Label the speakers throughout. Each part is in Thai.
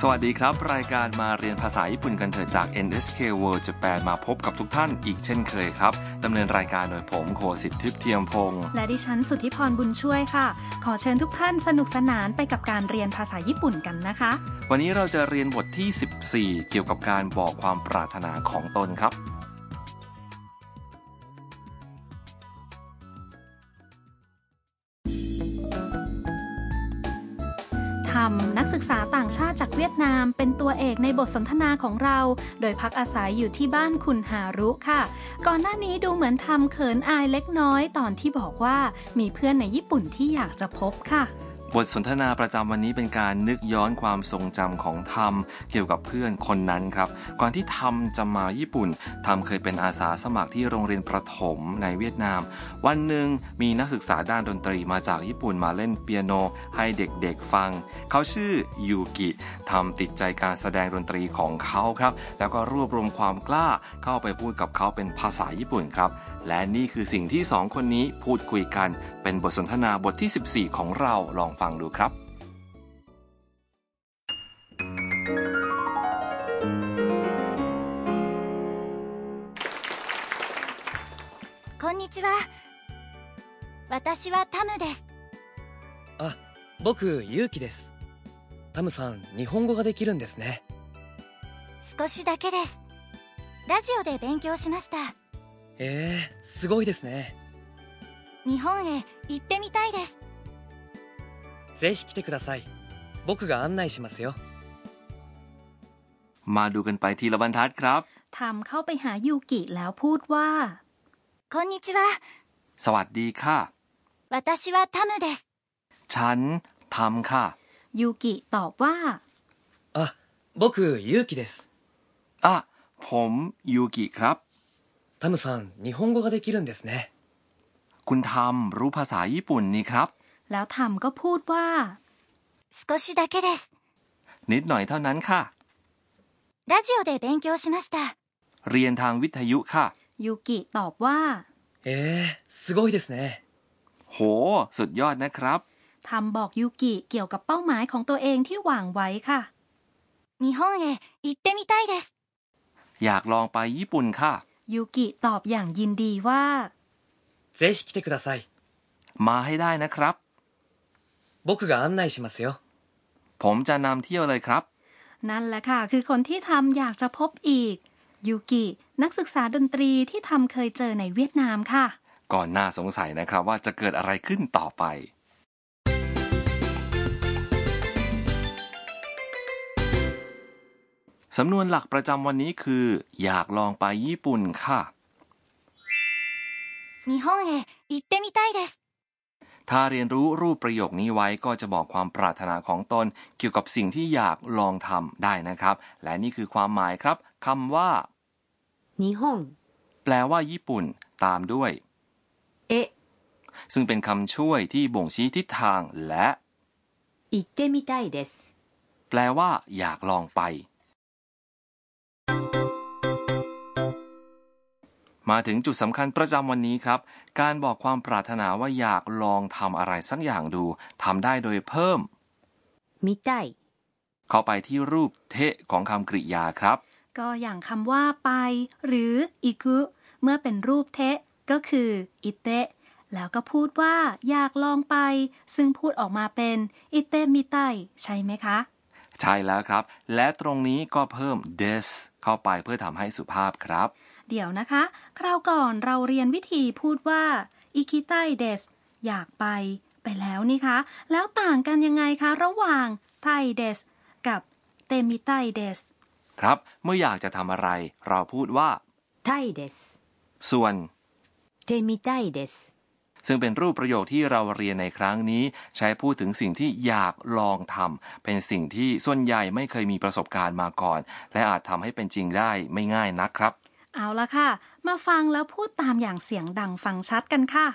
Speaker 1: สวัสดีครับ รายการมาเรียนภาษาญี่ปุ่นกันเถอะจาก NHK World Japan มาพบกับทุกท่านอีกเช่นเคยครับดำเนินรายการโดยผมโคสิทธิ์ทิพย์เทียมพงศ์
Speaker 2: และดิฉันสุทธิพรบุญช่วยค่ะ ขอเชิญทุกท่านสนุกสนานไปกับการเรียนภาษาญี่ปุ่นกันนะคะ
Speaker 1: วันนี้เราจะเรียนบทที่ 14 เกี่ยวกับการบอกความปรารถนาของตนครับ
Speaker 2: ทำนักศึกษาต่างชาติจากเวียดนามเป็นตัวเอกในบทสนทนาของเรา โดยพักอาศัยอยู่ที่บ้านคุณฮารุค่ะ ก่อนหน้านี้ดูเหมือนทำเขินอายเล็กน้อยตอนที่บอกว่ามีเพื่อนในญี่ปุ่นที่อยากจะพบค่ะ
Speaker 1: บทสนทนาประจำวันนี้เป็นการนึกย้อนความทรงจำของทำเกี่ยวกับเพื่อนคนนั้นครับ ก่อนที่ทำจะมาญี่ปุ่นทำเคยเป็นอาสาสมัครที่โรงเรียนประถมในเวียดนาม วันหนึ่งมีนักศึกษาด้านดนตรีมาจากญี่ปุ่นมาเล่นเปียโน ให้เด็กๆฟัง เขาชื่อยูกิทำติดใจการแสดงดนตรีของเขาครับ แล้วก็รวบรวมความกล้าเข้าไปพูดกับเขาเป็นภาษาญี่ปุ่นครับ และนี่คือสิ่งที่สองคนนี้พูดคุยกัน เป็นบทสนทนาบทที่ 14 ของเราลองฟังดูครับ
Speaker 3: こんにちは私はタムです
Speaker 4: 僕ゆうきですタムさん日本語ができるんですね
Speaker 3: 少しだけですラジオで勉強しました
Speaker 4: えー、すごいですね
Speaker 3: 日本へ行ってみたいです
Speaker 4: ぜひ来てください僕が案内しますよ
Speaker 1: มาดูกันไปทีละบรรทัดครับ
Speaker 2: ทำเข้าไปหายูกิแล้วพูดว่า
Speaker 3: こんにちは
Speaker 1: สวัสดีค่ะ
Speaker 3: 私はタムです
Speaker 1: ฉันทำค่ะ
Speaker 2: ยูกิตอบว่า
Speaker 4: あ僕ゆうきです
Speaker 1: อ่ะผมยูกิครับ
Speaker 4: タムさん日本語ができるんですね
Speaker 1: คุณทำรู้ภาษาญี่ปุ่นนี่ครับ
Speaker 2: แล้วทำก็พูดว่า
Speaker 3: 少しだけです
Speaker 1: นิดหน่อยเท่านั้นค่ะ
Speaker 3: ラジオで勉強しました
Speaker 1: เรียนทางวิทยุค่ะ
Speaker 2: ยูกิตอบว่า
Speaker 4: えー、すごいですね
Speaker 1: โห สุดยอดนะครับ
Speaker 2: ทำบอกยูกิเกี่ยวกับเป้าหมายของตัวเองที่วางไว้ค่ะ
Speaker 3: 日本へ行ってみたいです
Speaker 1: อยากลองไปญี่ปุ่นค่ะ
Speaker 2: ยูกิตอบอย่างยินดีว่า
Speaker 4: ぜひ来てください
Speaker 1: มาให้ได้นะครับ
Speaker 4: 僕が案内しますよ
Speaker 1: ผมจะนำเที่ยวเลยครับ
Speaker 2: นั่นแหละค่ะ คือคนที่ทำอยากจะพบอีก ยูกินักศึกษาดนตรีที่ทำเคยเจอในเวียดนามค่ะ
Speaker 1: ก่อนหน้าสงสัยนะครับว่าจะเกิดอะไรขึ้นต่อไป สำนวนหลักประจำวันนี้คือ อยากลองไปญี่ปุ่นค่ะ
Speaker 3: 日本へ行ってみたいです
Speaker 1: ถ้าเรียนรู้รูปประโยคนี้ไว้ก็จะบอกความปรารถนาของตน เกี่ยวกับสิ่งที่อยากลองทำได้นะครับ และนี่คือความหมายครับคำว่า
Speaker 5: 日本
Speaker 1: แปลว่าญี่ปุ่น ตามด้วย
Speaker 5: へ
Speaker 1: ซึ่งเป็นคำช่วยที่บ่งชี้ทิศทาง และ
Speaker 5: 行ってみたいです
Speaker 1: แปลว่า อยากลองไป มาถึงจุดสำคัญประจำวันนี้ครับ การบอกความปรารถนาว่าอยากลองทำอะไรสักอย่างดูทำได้โดยเพิ่ม
Speaker 5: 見たい
Speaker 1: เข้าไปที่รูปเทะของคำกริยาครับ
Speaker 2: ก็อย่างคำว่าไป หรืออิคุเมื่อเป็นรูปเทะ ก็คืออิเตะแล้วก็พูดว่าอยากลองไป ซึ่งพูดออกมาเป็นอิเตะมิไตใช่ไหมคะ
Speaker 1: ใช่แล้วครับ และตรงนี้ก็เพิ่ม des เข้าไปเพื่อทำให้สุภาพครับ
Speaker 2: เดี๋ยวนะคะ คราวก่อนเราเรียนวิธีพูดว่าอิคิไตเดสอยากไป ไปแล้วนี่คะ แล้วต่างกันยังไงคะ ระหว่างไตเดสกับเตมิไตเดส
Speaker 1: ครับ เมื่ออยากจะทำอะไร เราพูดว่า
Speaker 5: たいです
Speaker 1: ส่วน
Speaker 5: てみたいです
Speaker 1: ซึ่งเป็นรูปประโยคที่เราเรียนในครั้งนี้ ใช้พูดถึงสิ่งที่อยากลองทำเป็นสิ่งที่ส่วนใหญ่ไม่เคยมีประสบการณ์มาก่อน และอาจทำให้เป็นจริงได้ไม่ง่ายนักครับ
Speaker 2: เอาละค่ะ มาฟังแล้วพูดตามอย่างเสียงดังฟังชัดกันค่ะ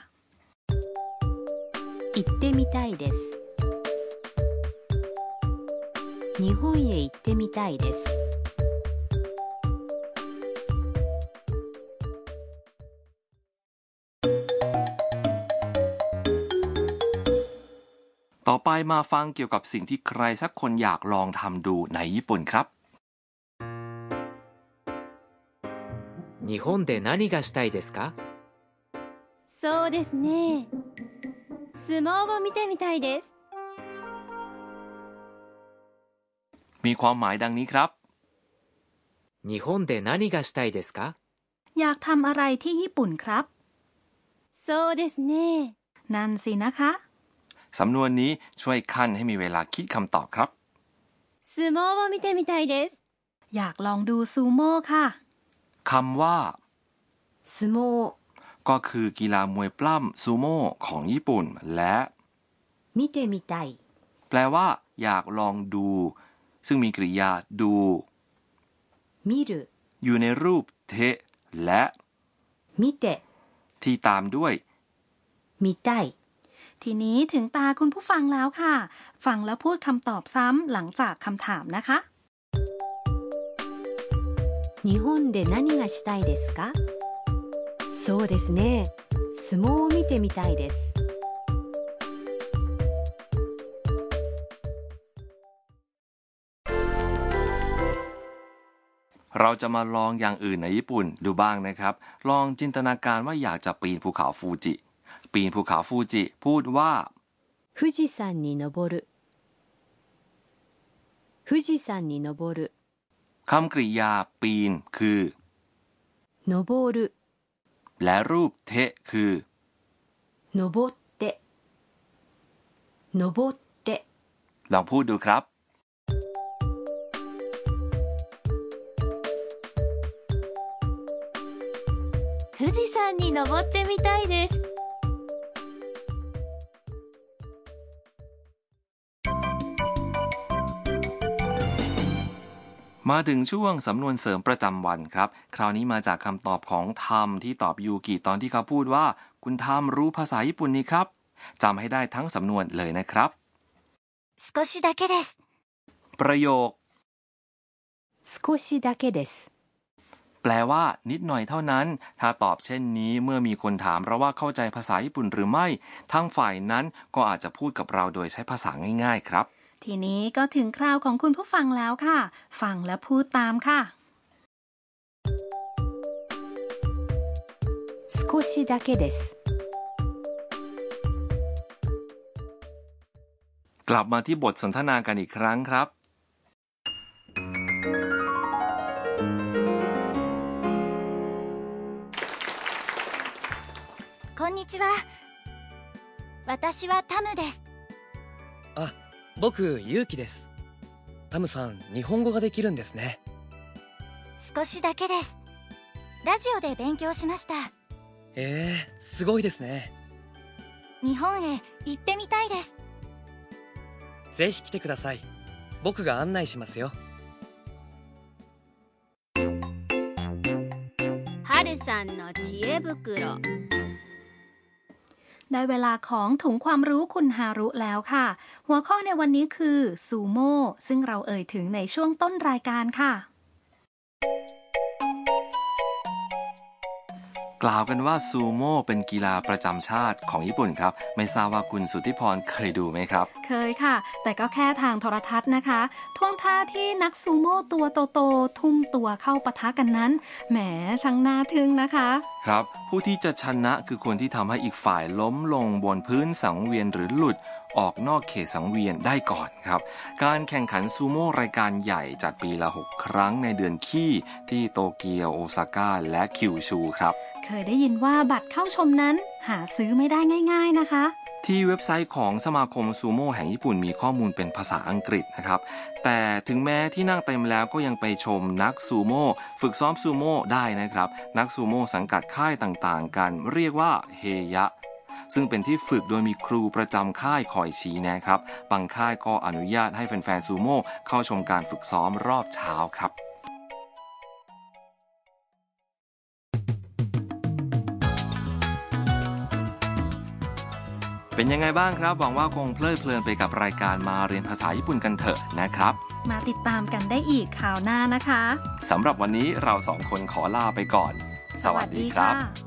Speaker 5: 行ってみたいです日本へ行ってみたいです
Speaker 1: ต่อไปมาฟังเกี่ยวกับสิ่งที่ใครสักคนอยากลองทำดูในญี่ปุ่นครับ
Speaker 6: 日本で何がしたいですか
Speaker 3: そうですね相撲を見てみたいです
Speaker 1: มีความหมายดังนี้ครับ
Speaker 6: 日本で何がしたいですか
Speaker 2: อยากทำอะไรที่ญี่ปุ่นครับ
Speaker 3: そうですね
Speaker 2: นั่นสินะคะ
Speaker 1: สำนวนนี้ช่วยขั้นให้มีเวลาคิดคำตอบครับ
Speaker 3: 相撲を見てみたいです
Speaker 2: อยากลองดูซูโม่ค่ะ
Speaker 1: คำว่า
Speaker 5: 相撲
Speaker 1: ก็คือกีฬามวยปล้ำซูโม่ของญี่ปุ่น และ
Speaker 5: 見てみたい
Speaker 1: แปลว่า อยากลองดู ซึ่งมีกริยาดู
Speaker 5: 見る
Speaker 1: อยู่ในรูปเทะ และ
Speaker 5: 見て
Speaker 1: ที่ตามด้วย
Speaker 5: 見たい
Speaker 2: ทีนี้ถึงตาคุณผู้ฟังแล้วค่ะ ฟังแล้วพูดคำตอบซ้ำหลังจากคำถามนะคะ
Speaker 5: 日本で何がしたいですかそうですね相撲を見てみたいです
Speaker 1: เราจะมาลองอย่างอื่นในญี่ปุ่นดูบ้างนะครับ ลองจินตนาการว่าอยากจะปีนภูเขาฟูจิ ปีนภูเขาฟูจิ พูดว่า
Speaker 5: 富士山に登る富士山に登る
Speaker 1: คำกริยาปีนคือ
Speaker 5: 登る
Speaker 1: และรูปเทะคือ
Speaker 5: 登って登って
Speaker 1: ลองพูดดูครับ
Speaker 3: 富士山に登ってみたいです
Speaker 1: มาถึงช่วงสำนวนเสริมประจำวันครับ คราวนี้มาจากคำตอบของทามที่ตอบยูกิตอนที่เขาพูดว่า คุณทามรู้ภาษาญี่ปุ่นนี่ครับจำให้ได้ทั้งสำนวนเลยนะครับ
Speaker 3: 少しだけです
Speaker 1: ประโยค
Speaker 5: 少しだけです
Speaker 1: แปลว่า นิดหน่อยเท่านั้น ถ้าตอบเช่นนี้เมื่อมีคนถามเราว่าเข้าใจภาษาญี่ปุ่นหรือไม่ ทางฝ่ายนั้นก็อาจจะพูดกับเราโดยใช้ภาษาง่ายๆครับ
Speaker 2: ทีนี้ก็ถึงคราวของคุณผู้ฟังแล้วค่ะ ฟังและพูดตามค่ะ
Speaker 5: 少しだけです
Speaker 1: กลับมาที่บทสนทนากันอีกครั้งครับ
Speaker 3: こんにちは私はタムです
Speaker 4: あ僕勇気ですタムさん日本語ができるんですね
Speaker 3: 少しだけですラジオで勉強しました
Speaker 4: えー、すごいですね
Speaker 3: 日本へ行ってみたいです
Speaker 4: ぜひ来てください僕が案内しますよ
Speaker 7: 春さんの知恵袋
Speaker 2: ได้เวลาของถุงความรู้คุณฮารุแล้วค่ะ หัวข้อในวันนี้คือซูโม่ซึ่งเราเอ่ยถึงในช่วงต้นรายการค่ะ
Speaker 1: กล่าวกันว่าซูโม่เป็นกีฬาประจำชาติของญี่ปุ่นครับ ไม่ทราบว่าคุณสุทธิพรเคยดูไหมครับ
Speaker 2: เคยค่ะ แต่ก็แค่ทางโทรทัศน์นะคะ ท่วงท่าที่นักซูโม่ตัวโตๆทุ่มตัวเข้าปะทะกันนั้น แหมช่างน่าทึ่งนะคะ
Speaker 1: ครับ ผู้ที่จะชนะคือคนที่ทำให้อีกฝ่ายล้มลงบนพื้นสังเวียนหรือหลุดออกนอกเขตสังเวียนได้ก่อนครับ การแข่งขันซูโม่รายการใหญ่จัดปีละ 6 ครั้งในเดือนขี้ที่โตเกียวโอซาก้าและคิวชูครับ
Speaker 2: เคยได้ยินว่าบัตรเข้าชมนั้น หาซื้อไม่ได้ง่าย ๆนะคะ
Speaker 1: ที่เว็บไซต์ของสมาคมซูโม่แห่งญี่ปุ่นมีข้อมูลเป็นภาษาอังกฤษนะครับ แต่ถึงแม้ที่นั่งเต็มแล้วก็ยังไปชมนักซูโม่ฝึกซ้อมซูโม่ได้นะครับ นักซูโม่สังกัดค่ายต่างๆ กันเรียกว่าเฮยะ ซึ่งเป็นที่ฝึกโดยมีครูประจำค่ายคอยชี้แนะครับ บางค่ายก็อนุญาตให้แฟนๆซูโม่เข้าชมการฝึกซ้อมรอบเช้าครับ เป็นยังไงบ้างครับ หวังว่าคงเพลิดเพลินไปกับรายการมาเรียนภาษาญี่ปุ่นกันเถอะนะครับ
Speaker 2: มาติดตามกันได้อีกข่าวหน้านะคะ
Speaker 1: สำหรับวันนี้เราสองคนขอลาไปก่อน สวัสดีครับ
Speaker 2: สวัสดีค่ะ